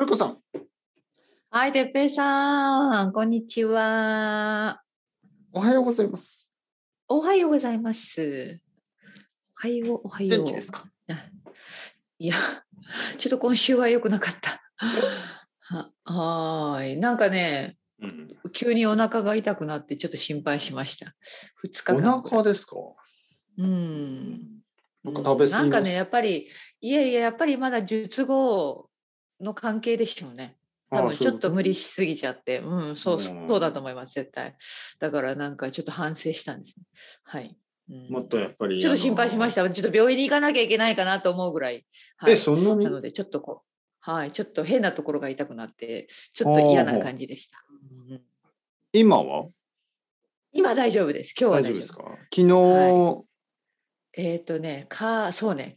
るこさん、はい、てっぺいさん、こんにちは。おはようございます。おはようございます。おはよう、おはよう。元気ですかいや、ちょっと今週は良くなかった。ははーい、なんかね、うん、急にお腹が痛くなって、ちょっと心配しました。二日お間。腹ですか。うん。なんか食べ過ぎましたなんかね、やっぱり、いやいや、やっぱりまだ術後の関係でしょうね。多ああ分そうちいうょっこと無理しすぎちゃって、うん、そう、うんそうだと思います、絶対。だからなんかちょっと反省したんですね。はい。うんもっとやっぱり。ちょっと心配しました。ちょっと病院に行かなきゃいけないかなと思うぐらい。あはの。い、え、そんなにな。ので、ちょっとこう、はい、ちょっと変なところが痛くなって、ちょっと嫌な感じでした。うん今は。今大丈夫です。今日は大大丈丈夫夫でですす。か。昨日。えっ、とね、か、そうね、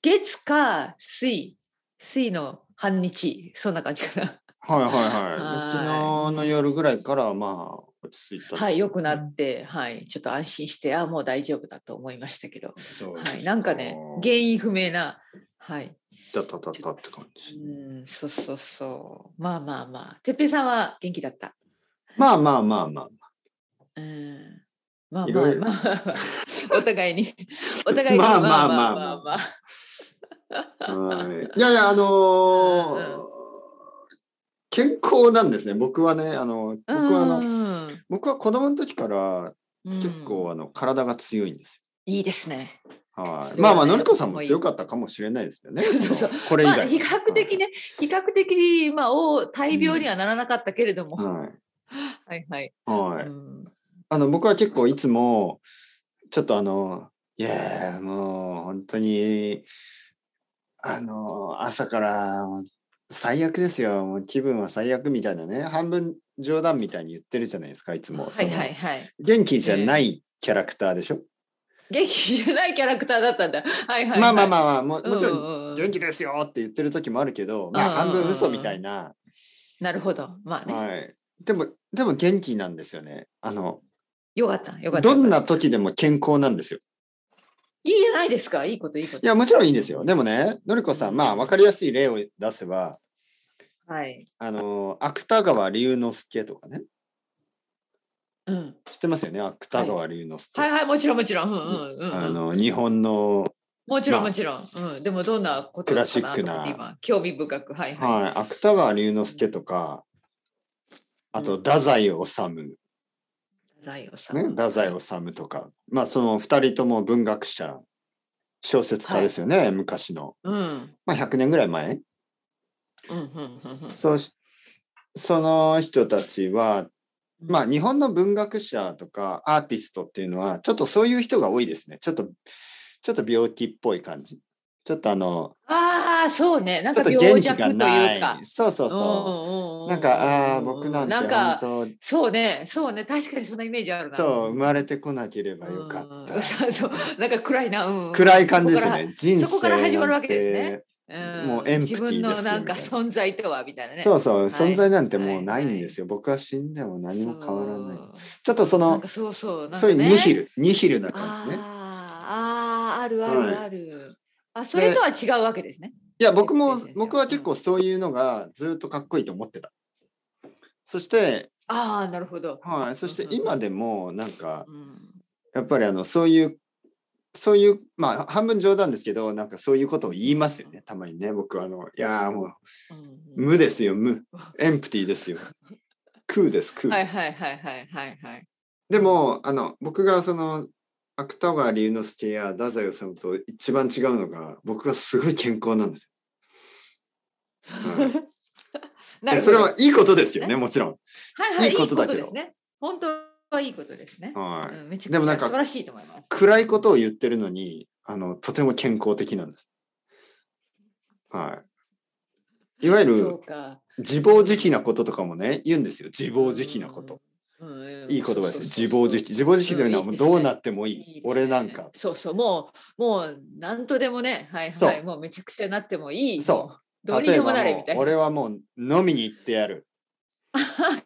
月か水、水の半日、そんな感じかな。はいはいははいい。昨日の夜ぐらいから、まあ、落ち着いた。はい、良くなて。って、はい、ちょっと安心して、あ、もう大丈夫だと思いましたけど、そうですはい、なんかね、原因不明な、はい、だたたたって感じ。うん、そうそうそう、まあまあまあ、てっぺいさんは元気だった。まあまあまあまあ。うん、まあいまろあ いろまあまあ、お互いに、 お互いに、まあまあまあままああまあはいいやいや、あのーうん健康なんですね。僕はね、あの、僕はあの、まあ、僕は子供の時からうん結構、あの、体が強いんですいいですね。よ。はそい。れはねまあまあ、のりこさんももういい強かったかもしれないですよね。 そうそうそうのこれ以まあ、外。比較的ね、比較的、まあ、お大病にはならなかったけれども、はい。はいはい。はい。はいうんあの、僕は結構いつも、ちょっとあの、いやーもう本当に、あの、朝からもう最悪ですよ。もう気分は最悪みたいなね。半分冗談みたいに言ってるじゃないですか、いつも。はそいのはいはい。元気じゃないキャラクターでしょ。元気じゃないキャラクターだったんだ。はいはい、はい。まあまあまあ、あまあ、ももちろん、ん元気ですよって言ってる時もあるけど、まあう半んうんうん分嘘みたいな。なるほど。まあね。はい。でも、でも元気なんですよね。あの、よかった。よかった。どんよなかった時でも健康なんですよ。いいじゃないですか。いいこといいこと。いや、もちろんいいんですよ。でもね、のりこさん、まあ、わかりやすい例を出せば、はい。あの、芥川龍之介とかね、うん。知ってますよね、芥川龍之介。はいはい。もちろんもちろん。うんうんうん。あの、日本の、もちろんまあもちろん。うん。でもどんなことクラシックなと思って今興味深く。はいはい。はい、芥川龍之介とか、あと、太宰治、太宰治ね、太宰治とか、まあ、その二人とも文学者、小説家ですよね、昔の。うん。うんまあ、100年ぐらい前。うんうんうん。そしその人たちは、まあ、日本の文学者とかアーティストっていうのはちょっとそういう人が多いですねちょっとちょっと病気っぽい感じちょっとあのああ、そうね。なんちょかっと病元気弱とがいなうかい。そうそうそそううなんかああー僕なんてなんか本そうね、そうね、確かにそんなイメージある当な。そう生うまれてこなければよかっん そうそうなんか暗いな、うん。暗い感じですよね人生そこから始まるわけですねなんてうん。もうエンプティーですよ自分のなんかみたい存在とはみたいなね。そうそう、い存在なんてもうないんですよ、僕は死んでも何も変わらないそうちょっとそなのんかそうそう、なんかそういうねニヒルニヒルな感じねあーあー、あるあはいるある。あ、それとは違うわけですね。いや僕も先生僕は結構そういうのがずっとかっこいいと思ってた。そして、ああ、なるほど。はい、そしてうんうんうん今でもなんかうんやっぱりあのそういうそういうまあ半分冗談ですけどなんかそういうことを言いますよねたまにね僕はあのいやーもううん無ですよ無エンプティです よ空です空、はいはいはいはいはいはい。でもあの僕がその芥川龍之介や太宰治と一番違うのが僕がすごい健康なんですはよ。なるほどそれはいいことですよねもちろん。はいはいい、いことだけどいいですね。本当はいいことですね。はいうんめちゃくちゃでもなんか素晴らしいと思います。暗いことを言ってるのにあのとても健康的なんです。はい。いわゆそるうか。自暴自棄なこととかもね言うんですよ自暴自棄なこと。うん。うんいい言葉ですよ自暴そう自棄自そうそう暴自棄というのはもううんいいですねどうなってもいい,、いいですね俺なんかそうそう、もう、もう、なんとでもね、はいそはうい、もうめちゃくちゃなってもいい。。そうどうにでもな例れえみばたいもうな。俺はもう飲みに行ってやる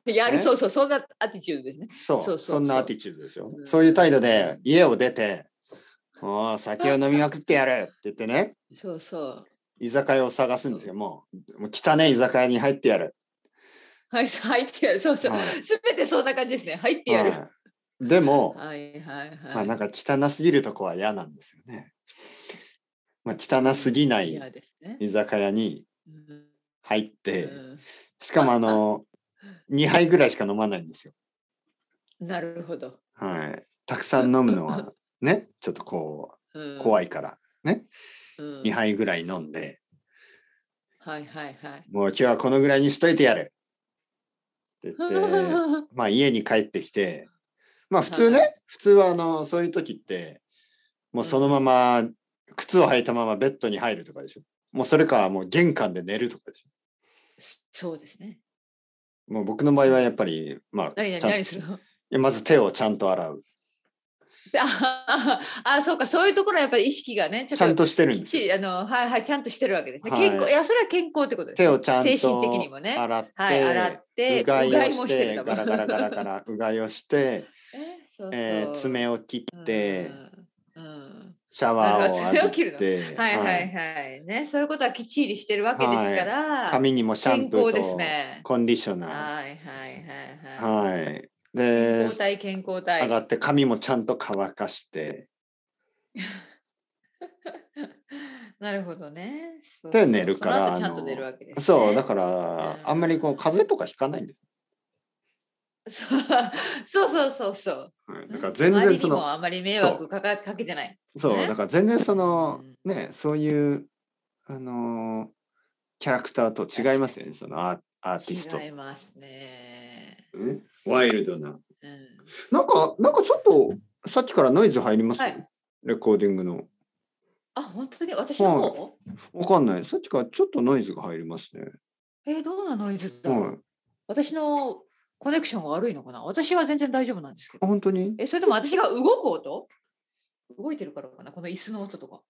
やる、ねそうそう、そんなアティチュードですね。そうそうそうそうんなアティチュードですようんそういう態度で家を出て「おー酒を飲みまくってやる」って言ってねそうそう。居酒屋を探すんですよ。もう、もう汚い居酒屋に入ってやる。はい、そう入ってやる。そうそう。はいすべてそんな感じですね。入ってやる。はいでも、はいはいまはあ、い。なんか汚すぎるとこは嫌なんですよね。まあ、汚すぎない嫌ですね。居酒屋にうん入って、うんしかもあの、2杯ぐらいしか飲まないんですよ。なるほど。はい。たくさん飲むのは、ね、ちょっとこう、怖い。いから、うん2杯ぐらい飲んで、はいはいはい。もう今日はこのぐらいにしといてやるって言 って、まあ家に帰ってきて、まあ普通ね、は普通はあの、そういう時って、もうそのまま、靴を履いたままベッドに入るとかでしょ。もうそれか、もう玄関で寝るとかでしそうですね。ょ。もう僕の場合はやっぱり、まあ、何ちゃ何ん何するの いやまず手をちゃんと洗う。であああ、そうか、そういうところはやっぱり意識がね、ちょっちゃんととしてるんきっですちり、あの、はいはい、ちゃんとしてるわけですね。はい健康、いや、それは健康ってことですね。手をちゃんと精神的にもね洗って、はい、洗って、うがいをうしもしててるんだもガラんガラガラガラうがいをして、 え そうそうえー爪を切ってうんうんシャワーをなるほど爪を切る浴びのてはいはいはいはい。ね、そういうことはきっちりしてるわけですから。髪にもシャンプ健康ーですとねコンディショはいナはいはいーはい。はい健で康体健康体。上がって髪もちゃんと乾かして なるほどね。そうで寝るからその後ちゃんあとの寝るわけです、ね。そうだかからうんあんまりこう風邪とかひかないんですら。 そうそうそうそう。はいだから全然そ周りにものあまり迷惑かかかけてない。そうだから全然そのうねそういうあのーキャラクターと違いますよねそのアーアーティスト違いますね。うんワイルドなうん、なんか、なんかちょっと、さっきからノイズ入ります、はいレコーディングの。あ本当に私の方、わかんない。さっきからちょっとノイズが入りますね。えーどうなノイズだ、はい。私のコネクションが悪いのかな私は全然大丈夫なんですけど。あ本当にえそれとも私が動く音動いてるからかなこの椅子の音とか。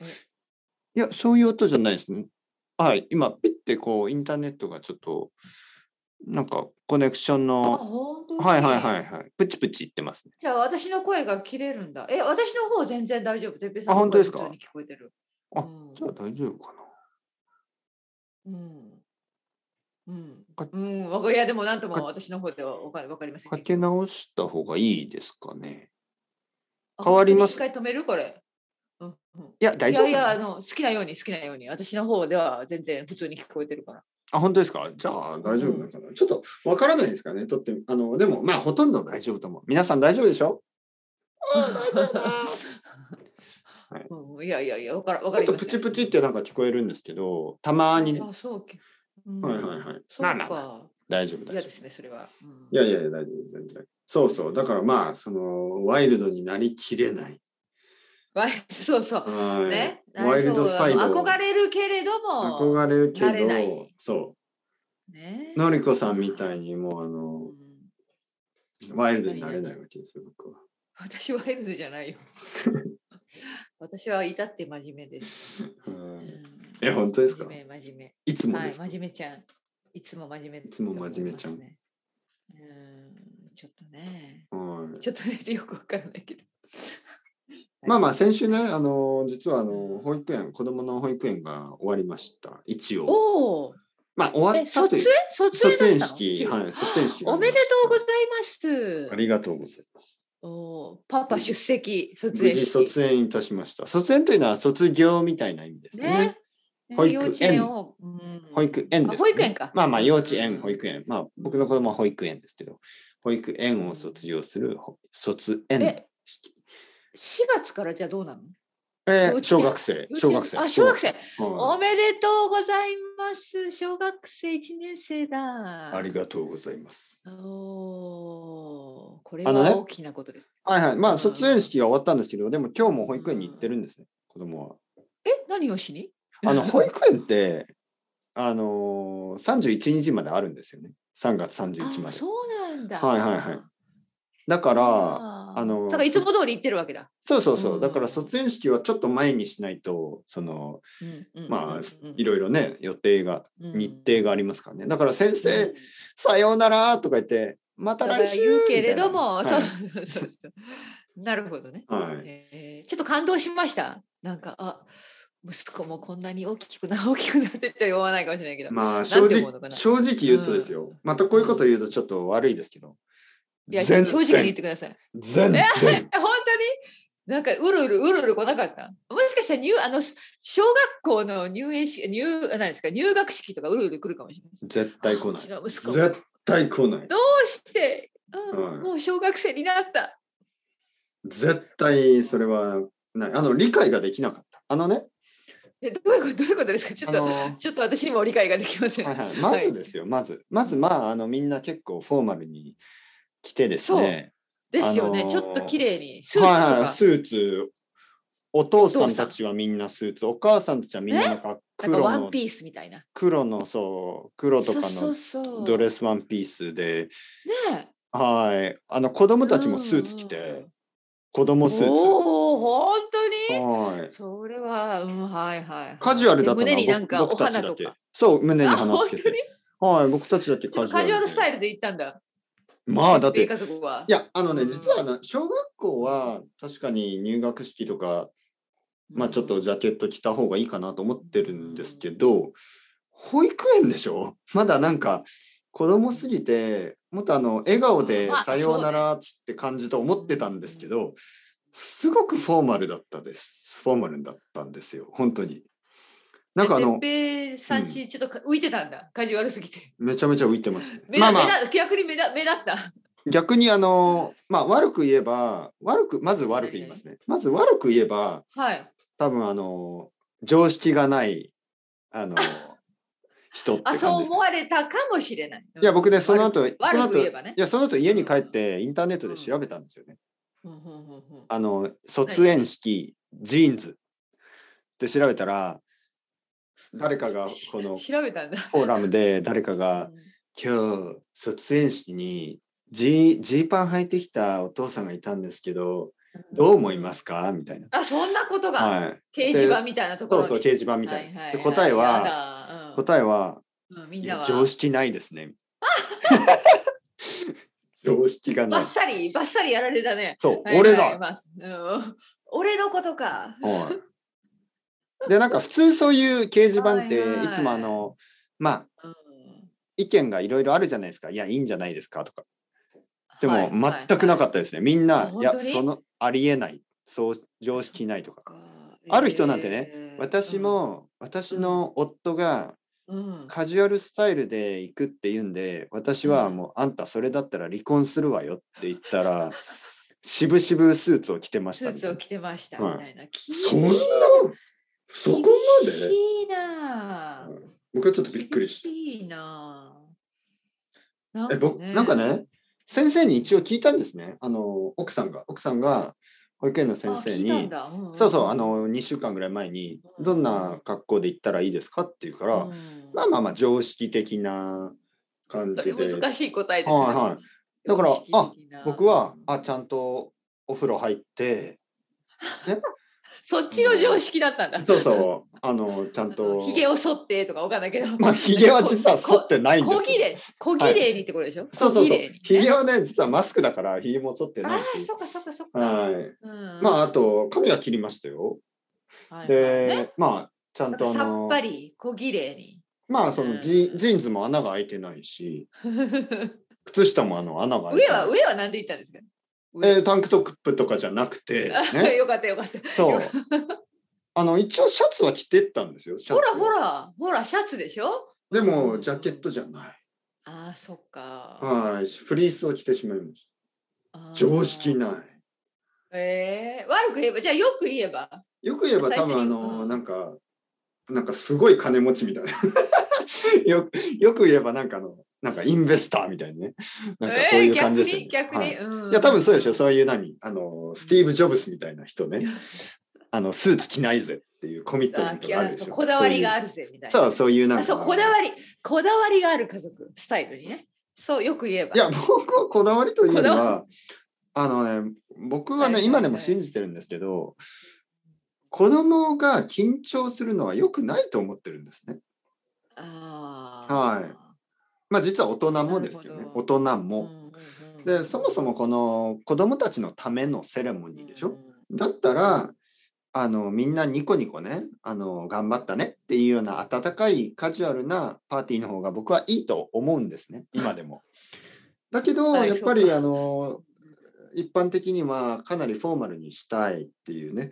いや、そういう音じゃないですね。はい。今、ピッてこう、インターネットがちょっと、なんか、コネクションあの、本当にはいはいはいはい。プチプチいってますね。じゃあ私の声が切れるんだ。え、私の方全然大丈夫。てっぺいさんあの本当ですか声普通に聞こえてる。あうんじゃあ大丈夫かな。うん。うんか。うん。わかいや、でもなんともか私の方ではわかわかりませんかけど。け直した方がいいですかね。あ変わります本当に一回止めるこれ。うんうんいや、大い丈夫やいやあの好きなように好きなように私の方では全然普通に聞こえてるからあ、本当ですかじゃあ大丈夫なのかな、ちょっとわからないですからね。とって、あの、でもまあほとんど大丈夫と思う。皆さん大丈夫でしょはい うんうんいやいやいやわからわちかょっとりますプチプチってなんか聞こえるんですけど、たまにね。あそうき、うんはいはいはい。そうまあか、まあまあ、大丈夫大嫌丈で夫。すねそれは、うんいやいやいや、大丈夫、全然。そうそう、だからまあ、その、ワイルドになりきれない。わいそうそうはい。ね、ワイルドサイド。そう憧れるけれども、憧れるけなれなどい、そねう。のりこさんみたいにもううんあの、ワイルドになれないわけですよ、僕は。私はエルじゃない よ。私は至って真面目です。はういんえ本当ですか真面目、真面いつ目。もはでい、すか、真面目ちゃん。いつも真面目、いつも真面目ちゃん。うん、ちょっとね。はいちょっとね、よくわからないけど。まあまあ先週ね、あの実はあの保育園、子供の保育園が終わりました、一応。おお。まあ終わえ、ったと卒い園う。卒園卒だっ園たの式、はい、卒園式があおりましめでた。とうございます。ありがとうございます。おお、パパ出席、卒無園事式。卒園いたしました。卒園というのは卒業みたいな意味ですね。ね。ね保育園幼稚園を、うん保育園です、あ保育園か。まあまあ幼稚園、うん保育園。まあ僕の子供は保育園ですけど、保育園を卒業するほ卒園え、式。四月からじゃあどうなの？えー、幼稚園小学生、小学生。あ、小学生。おはいめでとうございます。小学生一年生だ。ありがとうございます。おーこれあのねは大きなことです。はいはい。まうあん卒園式が終わったんですけど、でも今日も保育園に行ってるんですね、子供は。え、何をしに？あ の保育園って、あのー、31日まであるんですよね。3月31まあ、で。そうなんだ。はいはいはいだから、ああののだからいつも通り行ってるわけだ。そうそうそう、だかうらん卒園式はちょっと前にしないと、その、うんうんまあ、いろいろね、予定が、うんうん日程がありますからね。だから先生、うんさようならとか言って、またとか来週言うけれども、みたそいう なそうそうそうなるほどね、はいはいえーちょっと感動しました。なんか、あ、息子もこんなに大きくな大きくなってって思わないかもしれないけど、まあて正思うのか直な正直言うとですよ、またこういうこと言うとちょっと悪いですけどいや全正直に言っ然てください。全然え本当になんかうるうるうるうる来なかったもしかしたら入あの小学校の入園式入何ですか入学式とかうるうる来るかもしれないです。絶対来うないちの息子もど絶対来ないうして、うんうんもう小学生になった。絶対それはないあの理解ができなかったあのねえどういうことどういうことですかちょあっとのちょっと私にも理解ができません。はいはい、まずはいですよ、まず。まず、まあ、あの、みんな結構フォーマルに来てですね。ですよね、あのーちょっと綺麗にスーツとか、はいはい、スーツ。お父さんたちはみんなスーツ、お母さんたちはみんななんかなんか黒ワンの、ピースみたいな。黒の、そう、黒とかそうのそうそうドレスワンピースで、ねえはい。あの、子供たちもスーツ着うんうんうてん、子供スーツ。おお本当にはい。それは、うん、はいはい。カジュアルだったのでは胸になんか僕お僕たち花だとけか。。そう、胸にあ、花本つけ当にて。はい、僕たちだけちょカっとジュアカルジで。ュアルスタイルで行ったんだ。まあ、だって。家、族はいや、あのね、うん実はあの小学校は確かに入学式とか、まあちょっとジャケット着た方がいいかなと思ってるんですけど、保育園でしょ まだなんか子供すぎて、もっとあの笑顔でまあさようならって感じと思ってたんですけど、すごくフォーマルだったです。フォーマルだったんですよ、本当に。なんかあの、てっぺいさんち、ちょっとか浮いてたんだ。カジュアルすぎて。めちゃめちゃ浮いてましたね。目まあだまあ目、だ逆に目だ目立った。逆にあの、まあ悪く言えば、悪く、まず悪く言いますね。まず悪く言えば、はい。多分あの、常識がない、あの、人って感あ、じですね、そう思われたかもしれない。いや、僕ね、その悪く後、その悪く後、言えいばね。や、その後家に帰ってインターネットで調べたんですよね。うんうんうんうんあの、卒園式、ジーンズって調べたら、誰かがこの調べたんだ。フォーラムで誰かが、今日卒園式にジージーパン履いてきたお父さんがいたんですけど、どう思いますかみたいな。あ、そんなことが、はい。掲示板みたいなところそうにそう、掲示板みたいはな。いではい答えやは、だうん答えは、うんみんいなやは常識ないです ね。常識がバなッい。サリバッサリやられたね。そう、はい俺はいだ。まあうん俺のことか。 はいで、なんか普通そういう掲示板って、はいはいいつもあの、まあ、うん意見がいろいろあるじゃないですか。いや、いいんじゃないですかとか。ではもいはい全くなかはったですね。みんな、あい本当や、にそのありえない、そう常識ないとかい。かある人なんてねえー私も、私の夫がうんカジュアルスタイルで行くって言うんで、私はもう、あんたそれだったら離婚するわよって言ったら、しぶしぶスーツを着てましスたーみツたいをな。着てましたみはいたいな。そんな、そこま厳しでいなぁ。僕はちょっとびっくりした。厳しいなぁ。なえ僕なんかね先生に一応聞いたんですねあの奥さんが奥さんが保育園の先生あ聞いたんにだんんそうそうあの2週間ぐらい前にうんどんな格好で行ったらいいですかって言うから、うんまあまあまあ常識的な感じで難しい答えですね。はいはいだから常識的な僕はあちゃんとお風呂入ってそっちの常識だったんだ。そうそうあのちゃんとひげを剃ってとかわかんないけど。まあひげは実は剃ってないんです小けど綺麗、小綺麗にってことでしょ。そうそうそ小綺う麗にねひげはね実はマスクだからひげも剃ってあないあ、しそっかそっかそっか。はいうんまああ、と髪は切りましたよはいはいねでまあちゃなんんかとあさのっぱり小綺麗に。まあそのジ,、うんジーンズも穴が開いてないし上靴下もあの穴が開いてなはい上は何で言ったんですか。えータンクトップとかじゃなく て、あね、よかったよかった。 そうあの一応シャツは着てったんですよシャほツらほらほらシャツでしょ。でもジャケットじゃないああ、そっか。はいフリースを着てしまいましあーた常識。なええ、悪く言えばじゃあよく言えば。いよく言えば最多初に分あうのんなんかなんかすごい金持ちみたいな よくよく言えばなんかあのなんかインベスターみたいなねなんかそういう感じですよねえー逆に逆はいに、うんいや多分そうでしょそういう何あのスティーブ・ジョブスみたいな人ねあのスーツ着ないぜっていうコミットメあントがあるでしそうょこだわりがあるるぜみたいな。そうそういうなんあかそうこだわりこだわりがある家族スタイルにね。そうよく言えば。いや僕はこだわりというよりこだはあのね僕ははねい今でも信じてるんですけど子供が緊張するのは良くないと思ってるんですねあはいまあ実は大人もですけどなねるほ大ど人いも、でそもそもこの子供たちのためのセレモニーでしょ、うんうんうんだったらあのみんなニコニコねあの頑張ったねっていうような温かいカジュアルなパーティーの方が僕はいいと思うんですね今で も。だけど、はいやっぱそうりかあの一般的にはかなりフォーマルにしたいっていうね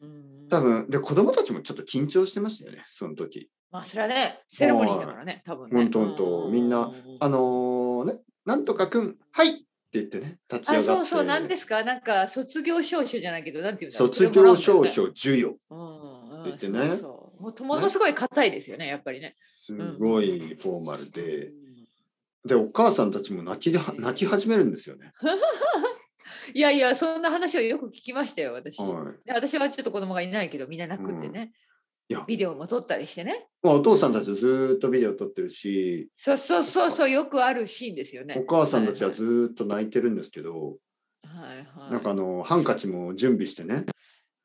うん多分で子供たちもちょっと緊張してましたよねその時。まあそれはねセレモニーだからね多分ほねんとほんとうみんなああのねなんとかくんはいって言ってね立ち上がってそうそうなんですかなんか卒業証書じゃないけどなんていうんだろう卒業証それ書授与もらうんだよねうんうん言ってねそうそうもうものすごい硬いですよねやっぱりねすごいフォーマルうでんでお母さんたちも泣きだ泣き始めるんですよね。いやいやそんな話をよく聞きましたよ私、はいで私はちょっと子供がいないけどみんな泣くってね、うんいやビデオも撮ったりしてねまあ、お父さんたちずーっとビデオ撮ってるし、そうそうそうそうよくあるシーンですよねお母さんたちはずーっと泣いてるんですけど、はいはい、なんかあのハンカチも準備してね、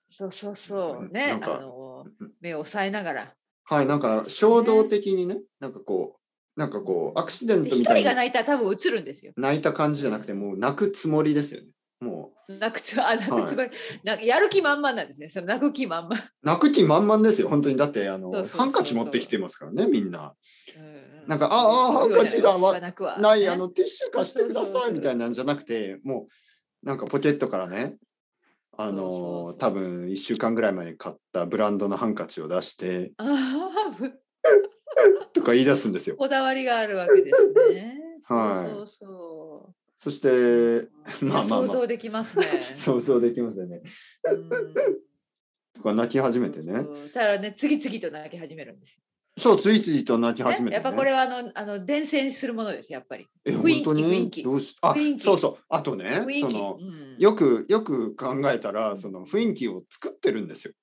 そうそうそうなねんかあの目を押さえながらはい、なんか衝動的にね、なんかこう、なんかこう、アクシデンでト一みたい人がに泣いたら多分映るんですよ泣いた感じじゃなくて、もう泣くつもりですよね。も泣くつあ泣くつもり、なんかやる気満々なんですねその泣く気満々、う泣く気満々ですよ、本当に。だってあのそうそうそうそうハンカチ持ってきてますからね、みんな。うんなんかああハンカチが泣くわ泣くわない、ねあのティッシュ貸してくだそうそうさいそうみたいなんじゃなくて、もうなんかポケットからね、あそうそうそのう多分1週間ぐらい前に買ったブランドのハンカチを出してああぶとか言い出すんですよ。こだわりがあるわけですね はいそうそうそうそして、まあまあまあ想像で きますね。想像できますよね。うんとか泣き始めてね。そうただね、次々と泣き始めるんですそう、ついついと泣きよ、ね始めて、ね。やっぱこれはあの、あの伝染するものです、やっぱり。え、雰囲気本当雰囲に気どうしあ雰囲、気そうそう。あとね雰囲、そ気。の、うんよく、よく考えたら、その雰囲気を作ってるんですよ。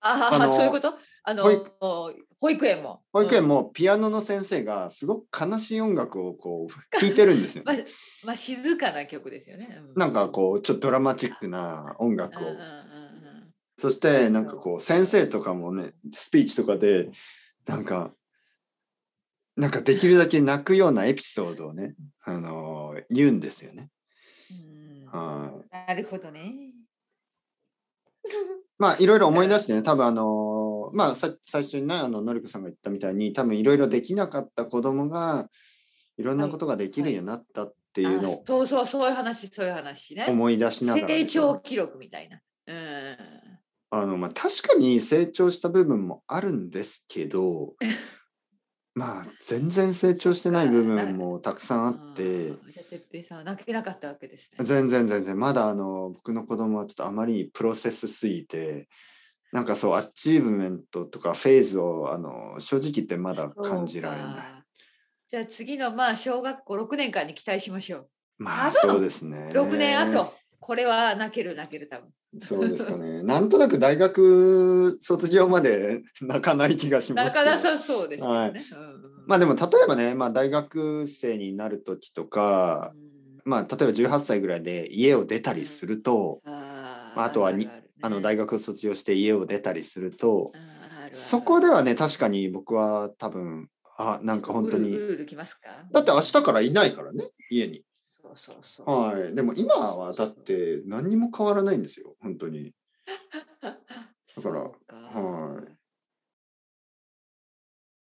あああ、のそういうことあの保保育育園も。保育園もピアノの先生がすごく悲しい音楽をこう弾いてるんです ようん、。まあ、まあ、静かな曲ですよね。うなんかこうちょっとドラマチックな音楽をうんうんうんそしてなんかこう先生とかもねスピーチとかでなんかなんかできるだけ泣くようなエピソードをね、あのー言うんですよね。うんはいなるほどね。まあいろいろ思い出してね多分あのーまあさ最初にねあののりこさんが言ったみたいに多分いろいろできなかった子供がいろんなことができるようになったっていうのあをそうそう、そういう話、そういう話ね。思い出しながら成ですね、長記録みたいな。うん。あのまあ、確かに成長した部分もあるんですけ どまあ全然成長してない部分もたくさんあってあーじゃあてっぺいさんは泣けなかったわけですね。全然全然まだあの僕の子供はちょっとあまりにプロセスすぎてなんかそうアチーブメントとかフェーズをあの正直言ってまだ感じられそうない。かじゃあ次のまあ小学校6年間に期待しましょまああそうそうですねう。。6年後、これは泣ける泣ける多分。そうですかね。なんとなく大学卒業まで泣かない気がします泣けど。かなさそうですけどね。まあででも例えばね、まあ、大学生になる時とか、まあ、例えば18歳ぐらいで家を出たりすると、あまああとはにあの大学学を卒業して家を出たりすると、そこではね確かに僕は多分あなんか本当うるにうるきますかだって明日からいないからね家に、そうそうそう。 はい、でも今はだって何にも変わらないんですよ本当にだからは。はい